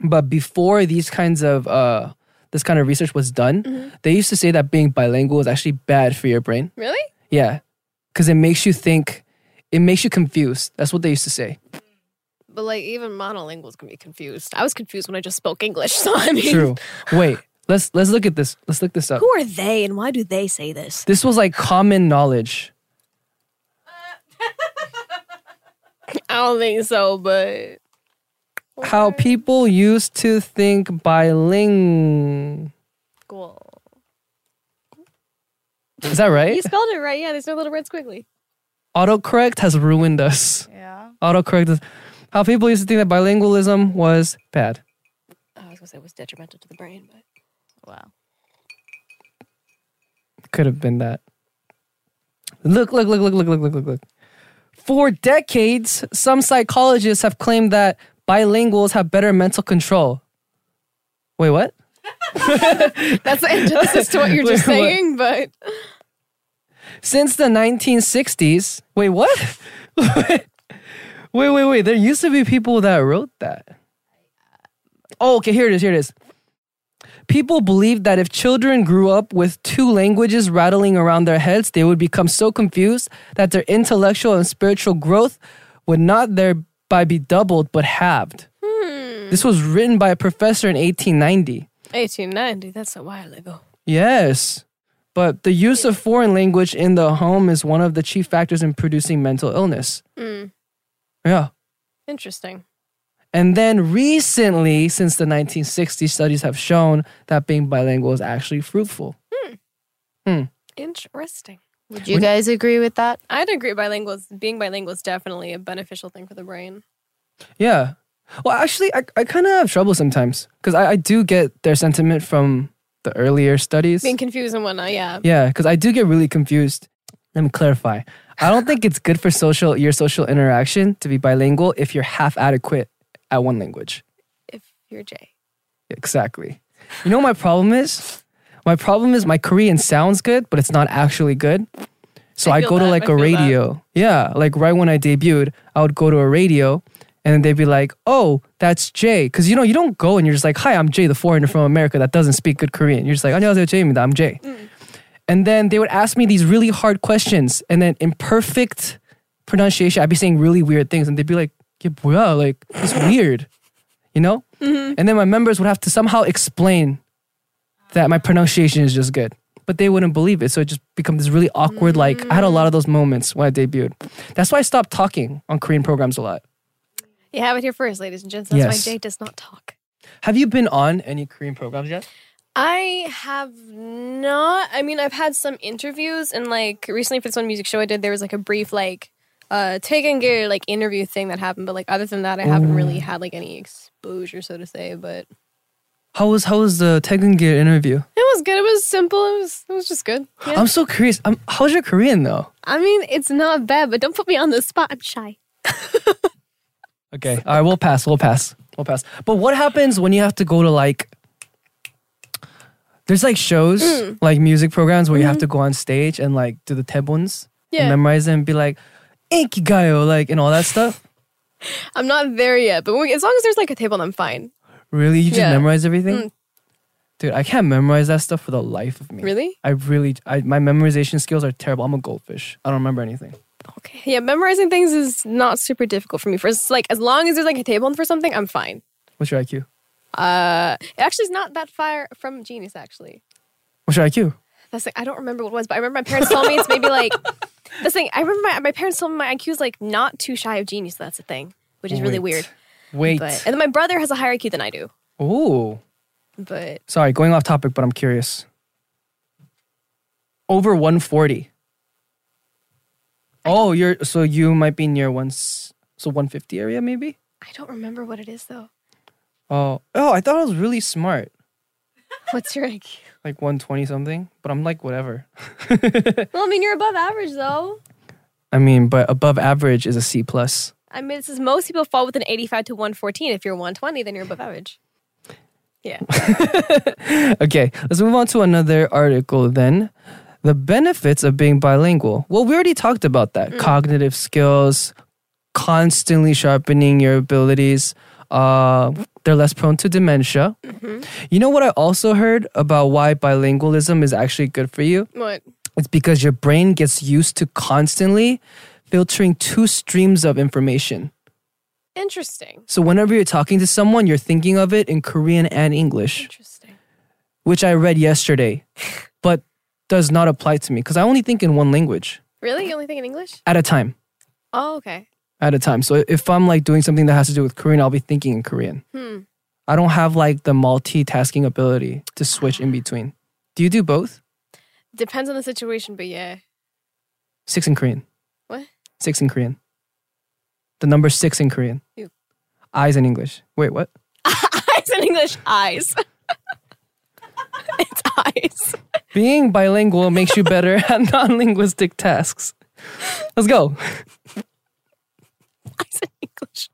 Speaker 3: but before these kinds of uh, this kind of research was done, they used to say that being bilingual is actually bad for your brain.
Speaker 4: Really?
Speaker 3: Yeah. Because it makes you think, it makes you confused. That's what they used to say.
Speaker 4: But like even monolinguals can be confused. I was confused when I just spoke English, [laughs] so I mean
Speaker 3: True. Wait, let's let's look at this. Let's look this up.
Speaker 4: who are they and why do they say this?
Speaker 3: This was like common knowledge.
Speaker 4: [laughs] I don't think so, but
Speaker 3: How people used to think bilingual.
Speaker 5: Cool.
Speaker 3: Is that right?
Speaker 4: you spelled it right, yeah. There's no little red squiggly.
Speaker 3: Autocorrect has ruined us.
Speaker 5: Yeah.
Speaker 3: Autocorrect is how people used to think that bilingualism was bad.
Speaker 4: I was gonna say it was detrimental to the brain, but
Speaker 5: Wow.
Speaker 3: Could have been that. Look, look, look, look, look, look, look, look, look. For decades, some psychologists have claimed that bilinguals have better mental control. Wait, what?
Speaker 4: that's the antithesis to what you're just
Speaker 3: Wait, what?
Speaker 4: saying, but
Speaker 3: Since the 1960s. Wait, what? [laughs] wait, wait, wait. There used to be people that wrote that. Oh, okay, here it is. Here it is. People believed that if children grew up with two languages rattling around their heads, they would become so confused that their intellectual and spiritual growth would not thereby be doubled but halved. This was written by a professor in 1890.
Speaker 4: eighteen ninety, that's a while ago.
Speaker 3: Yes. But the use of foreign language in the home is one of the chief factors in producing mental illness.
Speaker 4: Mm.
Speaker 3: Yeah.
Speaker 4: Interesting.
Speaker 3: And then recently, since the 1960s, studies have shown that being bilingual is actually fruitful.
Speaker 4: Interesting.
Speaker 5: Would you guys agree with that?
Speaker 4: I'd agree bilingual is being bilingual is definitely a beneficial thing for the brain.
Speaker 3: Yeah. Well, actually, I, I kind of have trouble sometimes because I, I do get their sentiment from the earlier studies.
Speaker 4: Being confused and whatnot, yeah.
Speaker 3: Yeah, because I do get really confused. Let me clarify. I don't think it's good for social your social interaction to be bilingual if you're half adequate at one language.
Speaker 4: If you're Jay.
Speaker 3: Exactly. You know what my problem is? My problem is my Korean sounds good, but it's not actually good. So
Speaker 4: I
Speaker 3: I,
Speaker 4: feel
Speaker 3: go to
Speaker 4: that.
Speaker 3: like
Speaker 4: I
Speaker 3: a
Speaker 4: feel that.
Speaker 3: radio. Yeah, like right when I debuted, I would go to a radio and then they'd be like, "Oh, that's Jay." Cuz you know, you don't go and you're just like, "Hi, I'm Jay, the foreigner from America that doesn't speak good Korean." You're just like, "안녕하세요, Jay입니다. I'm Jay."
Speaker 4: Mm.
Speaker 3: And then they would ask me these really hard questions and then in perfect pronunciation, I'd be saying really weird things and they'd be like, "Yeah, 뭐야? Like, it's weird." You know? And then my members would have to somehow explain that my pronunciation is just good. But they wouldn't believe it. So it just becomes this really awkward, like I had a lot of those moments when I debuted. That's why I stopped talking on Korean programs a lot.
Speaker 4: You have it here first, ladies and gents. That's
Speaker 3: Yes.
Speaker 4: why Jay does not talk.
Speaker 3: Have you been on any Korean programs yet?
Speaker 4: I have not. I mean, I've had some interviews, and like recently for this one music show I did, there was like a brief like uh take and gear like interview thing that happened. But like other than that, I haven't really had like any exposure, so to say. But it
Speaker 3: How was how was the Taegeun Gear interview?
Speaker 4: was good. It was simple. It was it was just good. Yeah.
Speaker 3: I'm so curious. Um how's your Korean though?
Speaker 4: I mean, it's not bad, but don't put me on the spot. I'm shy.
Speaker 3: Okay. All right, we'll pass. We'll pass. We'll pass. But what happens when you have to go to like there's like shows,
Speaker 4: Mm.
Speaker 3: like music programs where you have to go on stage and like do the taebuns and
Speaker 4: Mm-hmm. Yeah,
Speaker 3: memorize them and be like, Inkigayo, like and all that stuff.
Speaker 4: I'm not there yet, but we, as long as there's like a table, I'm fine.
Speaker 3: Really? You just
Speaker 4: Yeah.
Speaker 3: memorize everything?
Speaker 4: Mm.
Speaker 3: Dude, I can't memorize that stuff for the life of me.
Speaker 4: Really?
Speaker 3: I really, I, my memorization skills are terrible. I'm a goldfish. I don't remember anything.
Speaker 4: Okay. Yeah, memorizing things is not super difficult for me. For it's like as long as there's like a table for something, I'm fine.
Speaker 3: What's your IQ?
Speaker 4: Uh, it actually is not that far from genius. Actually,
Speaker 3: What's your IQ?
Speaker 4: that's like I don't remember what it was, but I remember my parents told me it's maybe like this thing. I remember my, my parents told me my IQ is like not too shy of genius. That's a thing, which is really
Speaker 3: Wait.
Speaker 4: weird.
Speaker 3: Wait.
Speaker 4: But and then my brother has a higher IQ than I do.
Speaker 3: Ooh.
Speaker 4: But
Speaker 3: Sorry, going off topic, but I'm curious. Over 140. Oh, you're, so you might be near once, so 150 area maybe?
Speaker 4: I don't remember what it is though.
Speaker 3: Oh, oh, I thought I was really smart,
Speaker 4: What's your IQ?
Speaker 3: like 120 something, but I'm like, whatever.
Speaker 4: Well, I mean you're above average though.
Speaker 3: I mean, but above average is a C plus.
Speaker 4: I mean, this is most people fall within 85 to 114. If you're 120, then you're above average. Yeah.
Speaker 3: Okay, let's move on to another article then. The benefits of being bilingual. Well, we already talked about that. Cognitive skills, constantly sharpening your abilities. Uh, they're less prone to dementia. You know what I also heard about why bilingualism is actually good for you?
Speaker 4: [laughs] What?
Speaker 3: It's because your brain gets used to constantly filtering two streams of information.
Speaker 4: Interesting.
Speaker 3: So whenever you're talking to someone, you're thinking of it in Korean and English.
Speaker 4: Interesting.
Speaker 3: which I read yesterday, but does not apply to me because I only think in one language
Speaker 4: Really? You only think in English?
Speaker 3: at a time.
Speaker 4: Oh, okay.
Speaker 3: At a time. So if I'm like doing something that has to do with Korean, I'll be thinking in Korean.
Speaker 4: Hmm.
Speaker 3: I don't have like the multitasking ability to switch in between. Do you do both?
Speaker 4: Depends on the situation, but yeah.
Speaker 3: Six in Korean.
Speaker 4: What?
Speaker 3: Six in Korean. The number six in Korean.
Speaker 4: Ew.
Speaker 3: Eyes in English. Wait, what?
Speaker 4: [laughs] eyes in English, eyes. [laughs] it's eyes.
Speaker 3: Being bilingual makes you better [laughs] at non linguistic tasks. Let's go.
Speaker 4: Eyes in English.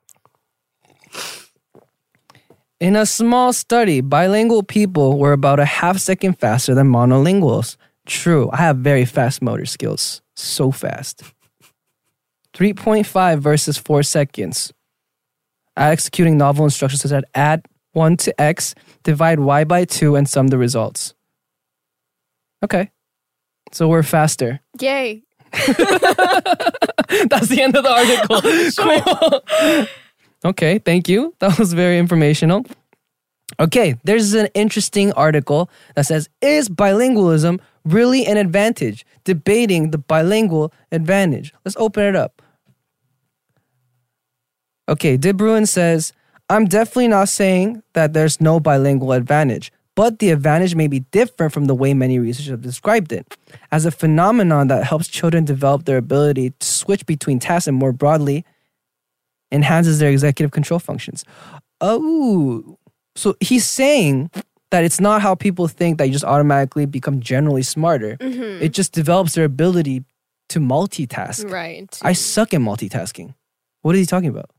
Speaker 3: In a small study, bilingual people were about a half second faster than monolinguals. True, I have very fast motor skills. So fast. 3.5 versus 4 seconds. At executing novel instructions such as add 1 to x, divide y by 2, and sum the results. Okay. So we're faster.
Speaker 4: Yay.
Speaker 3: [laughs] That's the end of the article. Cool. [laughs] okay, thank you. That was very informational. Okay, there's an interesting article that says Is bilingualism really an advantage? Debating the bilingual advantage. Let's open it up. Okay, Dib Bruin says, I'm definitely not saying that there's no bilingual advantage, but the advantage may be different from the way many researchers have described it. As a phenomenon that helps children develop their ability to switch between tasks and more broadly enhances their executive control functions. Oh, so he's saying that it's not how people think that you just automatically become generally smarter. It just develops their ability to multitask.
Speaker 4: Right.
Speaker 3: I suck at multitasking. What is he talking about?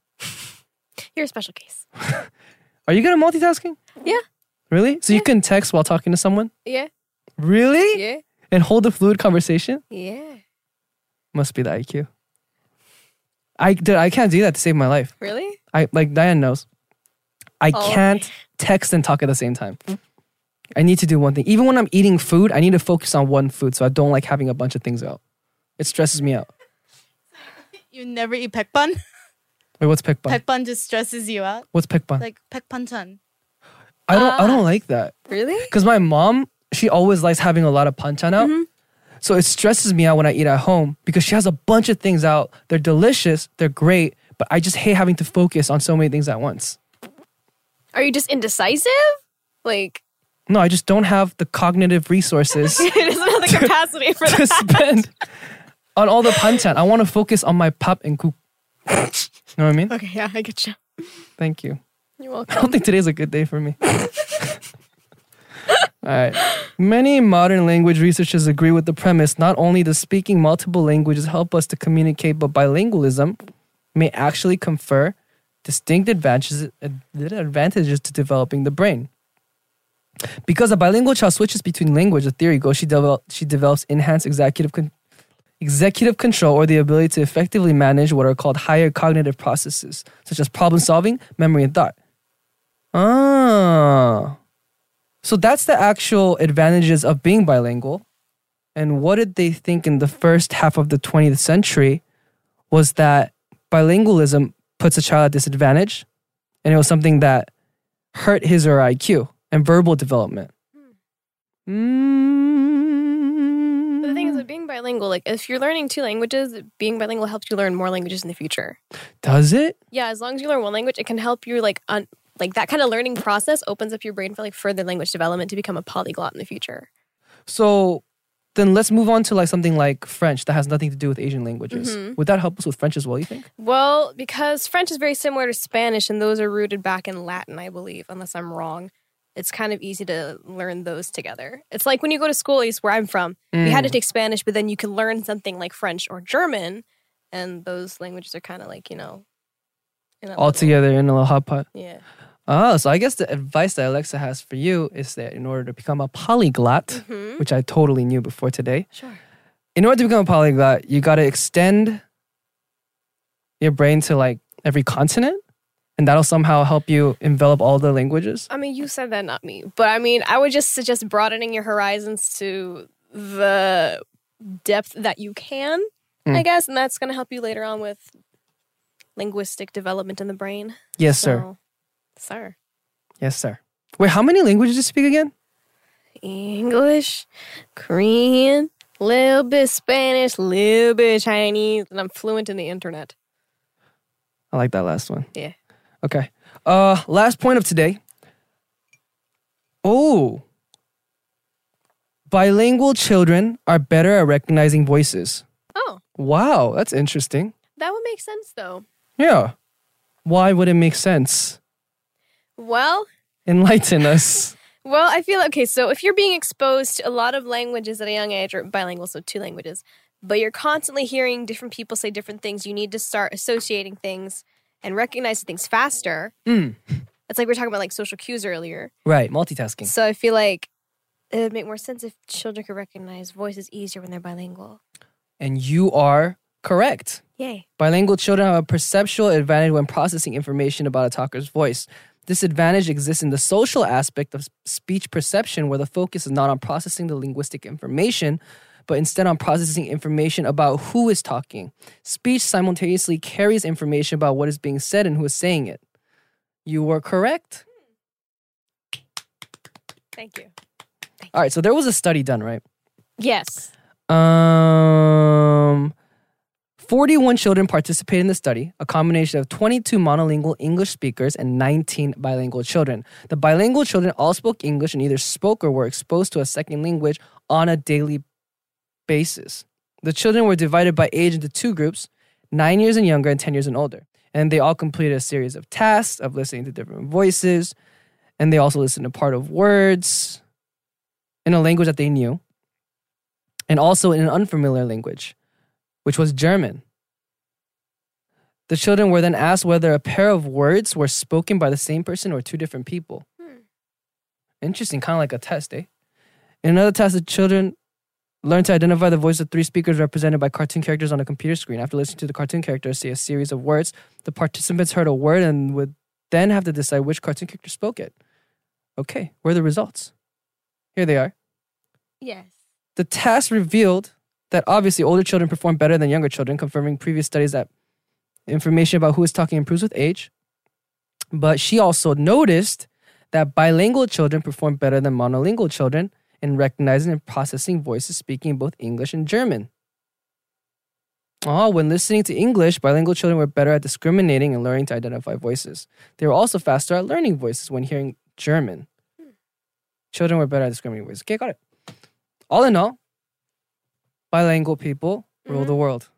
Speaker 4: You're a special case.
Speaker 3: Are you good at multitasking?
Speaker 4: Yeah.
Speaker 3: Really? So you can text while talking to someone?
Speaker 4: Yeah.
Speaker 3: Really?
Speaker 4: Yeah.
Speaker 3: And hold a fluid conversation?
Speaker 4: Yeah.
Speaker 3: Must be the IQ. I dude, I can't do that to save my life.
Speaker 4: Really?
Speaker 3: I like Diane knows. I
Speaker 4: Oh.
Speaker 3: can't text and talk at the same time. I need to do one thing. Even when I'm eating food, I need to focus on one food. So I don't like having a bunch of things out. It stresses me out.
Speaker 5: You never eat pekpan.
Speaker 3: Wait, what's pek bun?
Speaker 5: Pekpan just stresses you out.
Speaker 3: What's pek bun?
Speaker 5: Like pekpantan.
Speaker 3: I don't. I don't
Speaker 4: uh,
Speaker 3: like that.
Speaker 4: Really?
Speaker 3: Because my mom, she always likes having a lot of panchan out.
Speaker 4: Mm-hmm.
Speaker 3: So it stresses me out when I eat at home because she has a bunch of things out. They're delicious, they're great, but I just hate having to focus on so many things at once.
Speaker 4: Are you just indecisive? Like, [laughs]
Speaker 3: No, I just don't have the cognitive resources
Speaker 4: it doesn't have [laughs] the capacity for
Speaker 3: to
Speaker 4: that.
Speaker 3: spend on all the panchan. I want to focus on my pop and cook. You know what I mean?
Speaker 4: Okay, yeah, I get you.
Speaker 3: Thank you. [laughs]
Speaker 4: You're
Speaker 3: I
Speaker 4: welcome.
Speaker 3: don't think today's a good day for me. [laughs] All right. Many modern language researchers agree with the premise not only does speaking multiple languages help us to communicate, but bilingualism may actually confer distinct advantages, ad- advantages to developing the brain. Because a bilingual child switches between language, the theory goes she, devel- she develops enhanced executive con- executive control or the ability to effectively manage what are called higher cognitive processes, such as problem solving, memory, and thought. Ah. So that's the actual advantages of being bilingual. And what did they think in the first half of the 20th century was that bilingualism puts a child at disadvantage and it was something that hurt his or her IQ and verbal development. Mm.
Speaker 4: The thing is, with being bilingual, like if you're learning two languages, being bilingual helps you learn more languages in the future.
Speaker 3: Does it?
Speaker 4: Yeah, as long as you learn one language, it can help you like un- like that kind of learning process opens up your brain for like further language development to become a polyglot in the future.
Speaker 3: So then let's move on to like something like French that has nothing to do with Asian languages. Would that help us with French as well, you think?
Speaker 4: Well, because French is very similar to Spanish, and those are rooted back in Latin, I believe, unless I'm wrong. It's kind of easy to learn those together. It's like when you go to school, at least where I'm from, we had to take Spanish, but then you can learn something like French or German, and those languages are kind of like you know, in a
Speaker 3: All
Speaker 4: little-
Speaker 3: together in a little hot pot.
Speaker 4: Yeah.
Speaker 3: Oh, so I guess the advice that Alexa has for you is that in order to become a polyglot,
Speaker 4: Mhm.
Speaker 3: which I totally knew before today,
Speaker 4: Sure.
Speaker 3: in order to become a polyglot, you got to extend your brain to like every continent, and that'll somehow help you envelop all the languages.
Speaker 4: I mean, you said that, not me. But I mean, I would just suggest broadening your horizons to the depth that you can, I
Speaker 3: Mm.
Speaker 4: guess. And that's going to help you later on with linguistic development in the brain.
Speaker 3: Yes, sir.
Speaker 4: So, sir.
Speaker 3: Yes, sir. Wait, how many languages do you speak again?
Speaker 4: English, Korean, little bit Spanish, little bit Chinese, and I'm fluent in the internet.
Speaker 3: I like that last one.
Speaker 4: Yeah.
Speaker 3: Okay. Uh, last point of today. Oh, bilingual children are better at recognizing voices.
Speaker 4: Oh,
Speaker 3: Wow, that's interesting.
Speaker 4: that would make sense, though.
Speaker 3: Yeah. Why would it make sense?
Speaker 4: Well,
Speaker 3: Enlighten us.
Speaker 4: Well, I feel okay. So if you're being exposed to a lot of languages at a young age, or bilingual, so two languages, but you're constantly hearing different people say different things, you need to start associating things and recognizing things faster.
Speaker 3: Mm.
Speaker 4: It's like we were talking about like social cues earlier.
Speaker 3: Right, multitasking.
Speaker 4: So I feel like it would make more sense if children could recognize voices easier when they're bilingual.
Speaker 3: And you are correct.
Speaker 4: Yay.
Speaker 3: Bilingual children have a perceptual advantage when processing information about a talker's voice. This advantage exists in the social aspect of s- speech perception, where the focus is not on processing the linguistic information, but instead on processing information about who is talking. Speech simultaneously carries information about what is being said and who is saying it. You were correct.
Speaker 4: Thank you.
Speaker 3: All right, so there was a study done, right?
Speaker 4: Yes.
Speaker 3: Um, 41 children participated in the study, a combination of 22 monolingual English speakers and 19 bilingual children. The bilingual children all spoke English and either spoke or were exposed to a second language on a daily basis. The children were divided by age into two groups nine years and younger and 10 years and older. And they all completed a series of tasks of listening to different voices. And they also listened to part of words in a language that they knew and also in an unfamiliar language, which was German. The children were then asked whether a pair of words were spoken by the same person or two different people. Interesting, kind of like a test, eh? In another task, the children learn to identify the voice of three speakers represented by cartoon characters on a computer screen. After listening to the cartoon characters say a series of words, the participants heard a word and would then have to decide which cartoon character spoke it. Okay, where are the results? Here they are.
Speaker 5: Yes.
Speaker 3: The task revealed that obviously older children perform better than younger children, confirming previous studies that information about who is talking improves with age. But she also noticed that bilingual children perform better than monolingual children in recognizing and processing voices speaking both English and German. Oh, when listening to English, bilingual children were better at discriminating and learning to identify voices. They were also faster at learning voices when hearing German. Children were better at discriminating voices. Okay, got it. All in all, bilingual people rule the world.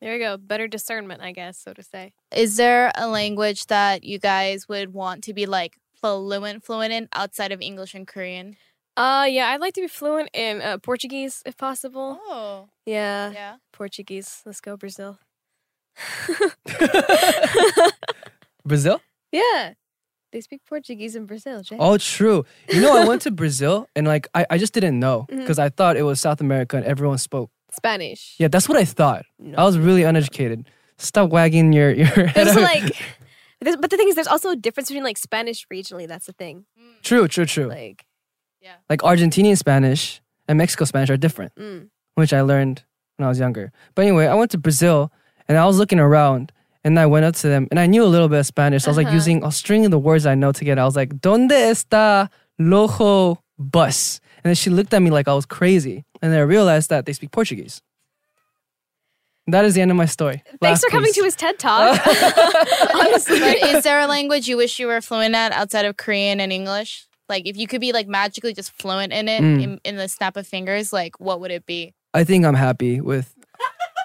Speaker 4: There you go. Better discernment, I guess, so to say.
Speaker 5: Is there a language that you guys would want to be like fluent, fluent in outside of English and Korean?
Speaker 4: Uh, yeah, I'd like to be fluent in uh, Portuguese if possible.
Speaker 5: Oh,
Speaker 4: Yeah,
Speaker 5: yeah.
Speaker 4: Portuguese. Let's go, Brazil.
Speaker 3: Brazil?
Speaker 4: yeah, they speak Portuguese in Brazil, Jay.
Speaker 3: Oh, true. You know, I went to Brazil and like I, I just didn't know because I thought it was South America and everyone spoke.
Speaker 4: Spanish.
Speaker 3: Yeah, that's what I thought. I was really uneducated. Stop wagging your, your head. [laughs]
Speaker 4: [laughs] There's like, there's, but the thing is, there's also a difference between like Spanish regionally. That's the thing.
Speaker 3: true, true, true. Like,
Speaker 4: Like,
Speaker 3: Argentinian Spanish and Mexico Spanish are different,
Speaker 4: mm,
Speaker 3: which I learned when I was younger. But anyway, I went to Brazil and I was looking around and I went up to them and I knew a little bit of Spanish. So I was like
Speaker 4: Uh-huh.
Speaker 3: using, I was stringing the words I know together. I was like, ¿Dónde está lojo bus? And then she looked at me like I was crazy. And then I realized that they speak Portuguese. That is the end of my story.
Speaker 4: thanks for coming to his TED talk.
Speaker 3: Oh. [laughs]
Speaker 4: [laughs] Honestly,
Speaker 5: But is there a language you wish you were fluent at outside of Korean and English? Like, if you could be like magically just fluent in it
Speaker 3: Mm.
Speaker 5: in, in the snap of fingers, like, what would it be?
Speaker 3: I think I'm happy with.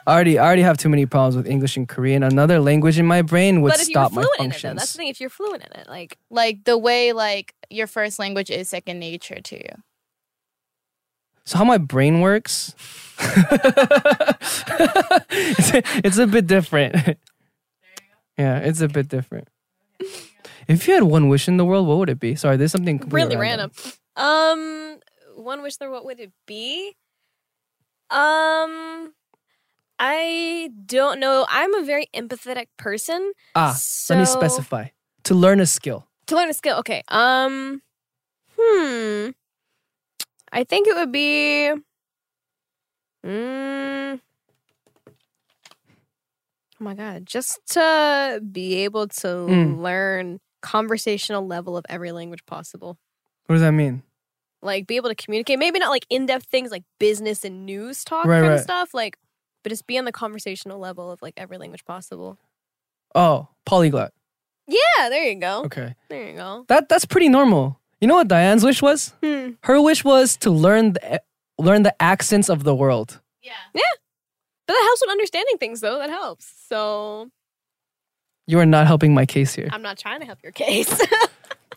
Speaker 3: I already, I already have too many problems with English and Korean. Another language in my brain would
Speaker 4: but if you're
Speaker 3: stop my
Speaker 4: fluent in it, though,
Speaker 3: functions.
Speaker 4: that's the thing. If you're fluent in it, like,
Speaker 5: Like the way like your first language is second nature to you.
Speaker 3: so how my brain works, [laughs] it's, a, it's a bit different. Yeah, it's a bit different. If you had one wish in the world, what would it be? Sorry, there's something completely
Speaker 4: really random. Um, one wish there. What would it be? Um, I don't know. I'm a very empathetic person.
Speaker 3: Ah, let me
Speaker 4: So-
Speaker 3: specify. To learn a skill.
Speaker 4: To learn a skill, okay. Um, hmm. I think it would be. Mm, oh my god! Just to be able to
Speaker 3: Mm.
Speaker 4: learn conversational level of every language possible.
Speaker 3: What does that mean?
Speaker 4: like be able to communicate. Maybe not like in depth things like business and news talk
Speaker 3: Right,
Speaker 4: kind
Speaker 3: right.
Speaker 4: of stuff, like, but just be on the conversational level of like every language possible.
Speaker 3: Oh, polyglot.
Speaker 4: Yeah, there you go.
Speaker 3: Okay,
Speaker 4: There you go.
Speaker 3: that that's pretty normal. You know what Diane's wish was?
Speaker 4: Hmm.
Speaker 3: Her wish was to learn the learn the accents of the world.
Speaker 4: But that helps with understanding things, though. That helps. So
Speaker 3: You are not helping my case here.
Speaker 4: I'm not trying to help your case. [laughs]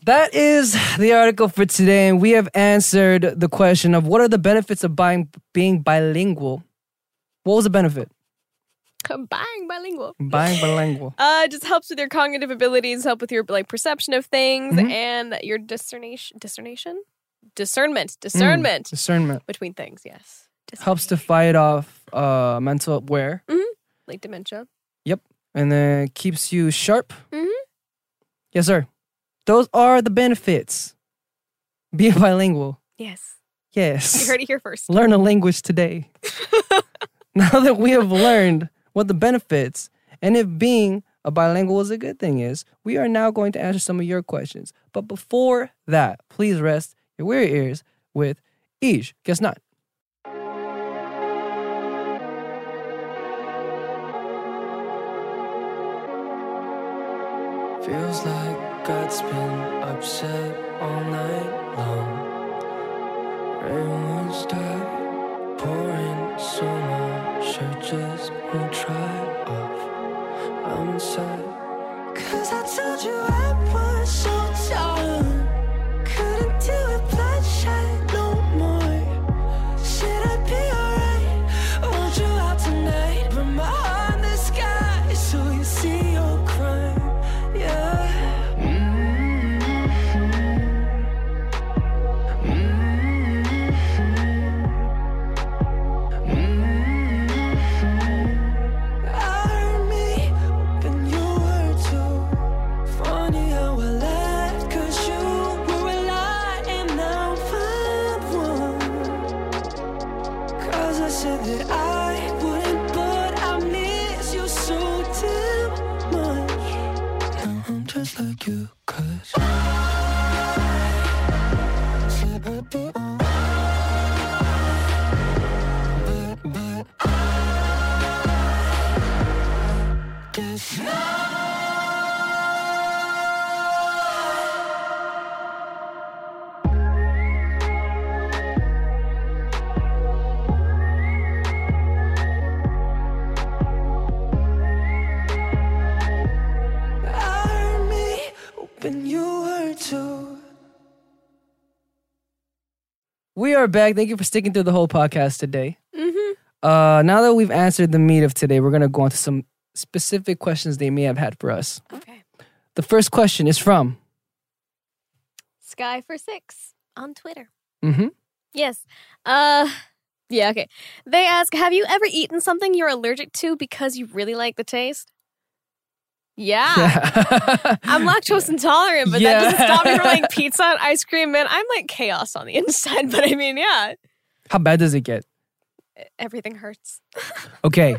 Speaker 3: That is the article for today, and we have answered the question of what are the benefits of buying, being bilingual. What was the benefit?
Speaker 4: Combine bilingual.
Speaker 3: Buying
Speaker 4: [laughs]
Speaker 3: bilingual.
Speaker 4: Uh, it just helps with your cognitive abilities, help with your like perception of things,
Speaker 3: Mhm.
Speaker 4: and your discernation, discernation, discernment, discernment
Speaker 3: Discernment
Speaker 4: between things. Yes,
Speaker 3: Mm. helps to
Speaker 4: Discernment.
Speaker 3: fight off uh, mental wear
Speaker 4: like dementia.
Speaker 3: and then keeps you sharp.
Speaker 4: Mhm.
Speaker 3: Yes, sir. Those are the benefits. Be bilingual. [laughs]
Speaker 4: Yes,
Speaker 3: Yes.
Speaker 4: you heard it here first.
Speaker 3: learn a language today. now that we have learned what the benefits and if being a bilingual is a good thing is, we are now going to answer some of your questions. But before that, please rest your weary ears with Ish. Guess not.
Speaker 2: Feels like God's been upset all night long. Everyone's tired, pouring so much. I just won't try off. I'm inside.
Speaker 6: Cause I told you I was so tired. Couldn't deal with bloodshed no more. Should I be alright? Want you out tonight. But my heart in the sky, so you see your crime. Yeah. Mm-hmm. Mm-hmm. do.
Speaker 3: We are back. Thank you for sticking through the whole podcast today.
Speaker 4: Mm-hmm.
Speaker 3: [laughs] Uh, now that we've answered the meat of today, we're going to go on to some specific questions they may have had for us.
Speaker 4: Okay.
Speaker 3: The first question is from.
Speaker 4: Sky for six on Twitter.
Speaker 3: hmm
Speaker 4: Yes. Uh yeah, okay. They ask, have you ever eaten something you're allergic to because you really like the taste? Yeah.
Speaker 3: [laughs]
Speaker 4: I'm lactose intolerant, but
Speaker 3: Yeah.
Speaker 4: that doesn't stop me from like pizza and ice cream, man. I'm like chaos on the inside, [laughs] but I mean, yeah,
Speaker 3: How bad does it get?
Speaker 4: everything hurts.
Speaker 3: Okay.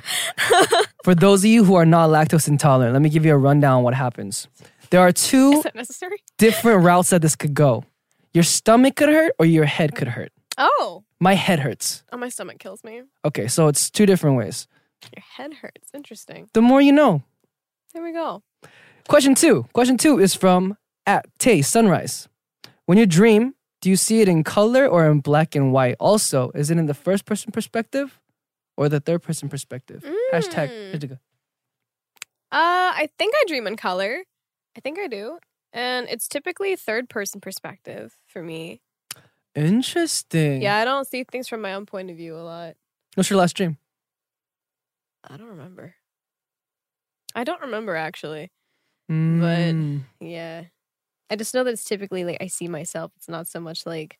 Speaker 3: For those of you who are not lactose intolerant, let me give you a rundown on what happens. There are two
Speaker 4: [laughs] Is that necessary?
Speaker 3: different routes that this could go. Your stomach could hurt or your head could hurt.
Speaker 4: Oh,
Speaker 3: My head hurts.
Speaker 4: oh, my stomach kills me.
Speaker 3: Okay, so it's two different ways.
Speaker 4: Your head hurts. Interesting.
Speaker 3: The more you know.
Speaker 4: There we go.
Speaker 3: Question two. Question two is from at Tay Sunrise. When you dream, do you see it in color or in black and white? Also, is it in the first person perspective or the third person perspective? Hashtag.
Speaker 4: Mm.
Speaker 3: Hijika.
Speaker 4: Uh, I think I dream in color. I think I do, and it's typically third person perspective for me.
Speaker 3: Interesting.
Speaker 4: Yeah, I don't see things from my own point of view a lot.
Speaker 3: What's your last dream?
Speaker 4: I don't remember. I don't remember actually. Hmm.
Speaker 3: Mm.
Speaker 4: Yeah. I just know that it's typically like I see myself. It's not so much like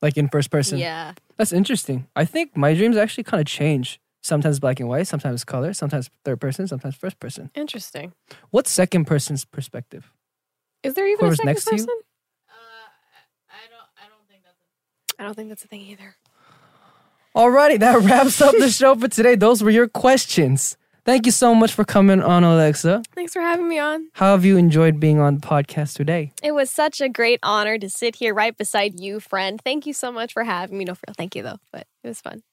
Speaker 3: like in first person.
Speaker 4: yeah.
Speaker 3: That's interesting. I think my dreams actually kind of change. Sometimes black and white, sometimes color, sometimes third person, sometimes first person.
Speaker 4: Interesting.
Speaker 3: What's second person's perspective?
Speaker 4: Is there even
Speaker 3: Whoever's
Speaker 4: a second
Speaker 3: next to you?
Speaker 4: person? Uh,
Speaker 5: I don't. I don't think that's.
Speaker 4: I don't think that's a thing either.
Speaker 3: Alrighty, that [laughs] wraps up the show for today. Those were your questions. Thank you so much for coming on, Alexa.
Speaker 4: Thanks for having me on.
Speaker 3: How have you enjoyed being on the podcast today?
Speaker 4: It was such a great honor to sit here right beside you, friend. Thank you so much for having me. No, for real. Thank you though, but it was fun.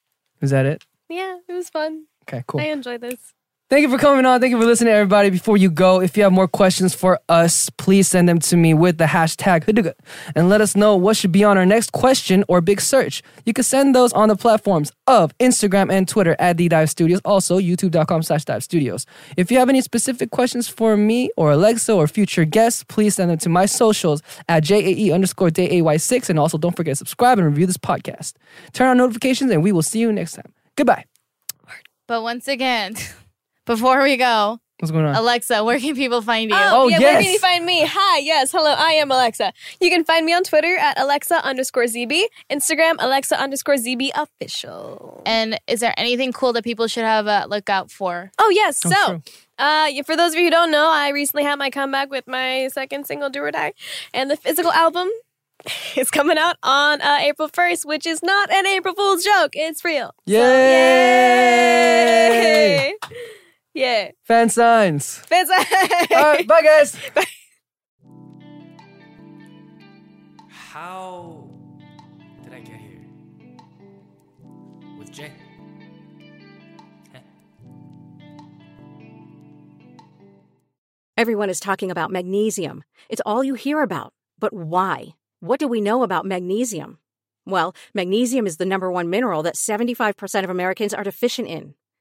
Speaker 3: Is that it?
Speaker 4: Yeah, it was fun.
Speaker 3: Okay, cool.
Speaker 4: I enjoyed this.
Speaker 3: Thank you for coming on. Thank you for listening, everybody. Before you go, if you have more questions for us, please send them to me with the hashtag Huduga and let us know what should be on our next question or big search. You can send those on the platforms of Instagram and Twitter at The Dive Studios, also youtube.com slash dive studios. If you have any specific questions for me or Alexa or future guests, please send them to my socials at JAE underscore DAY6. And also don't forget to subscribe and review this podcast. Turn on notifications and we will see you next time. Goodbye.
Speaker 5: But once again, [laughs] before we go,
Speaker 3: What's going on?
Speaker 5: Alexa, where can people find you?
Speaker 3: Oh,
Speaker 4: yeah, where can
Speaker 3: yes.
Speaker 4: you find me? Hi, yes, hello, I am Alexa. You can find me on Twitter at Alexa underscore ZB, Instagram Alexa underscore ZB official.
Speaker 5: And is there anything cool that people should have a look out for?
Speaker 4: Oh yes.
Speaker 3: Oh,
Speaker 4: so, uh, yeah, for those of you who don't know, I recently had my comeback with my second single "Do or Die," and the physical album [laughs] is coming out on uh, April first, which is not an April Fool's joke. It's real.
Speaker 3: Yay!
Speaker 4: Yay! [laughs] Yeah.
Speaker 3: Fan signs.
Speaker 4: [laughs] That's
Speaker 3: All right, bye guys.
Speaker 7: How did I get here? With Jay.
Speaker 8: Everyone is talking about magnesium. It's all you hear about. But why? What do we know about magnesium? Well, magnesium is the number one mineral that 75% of Americans are deficient in.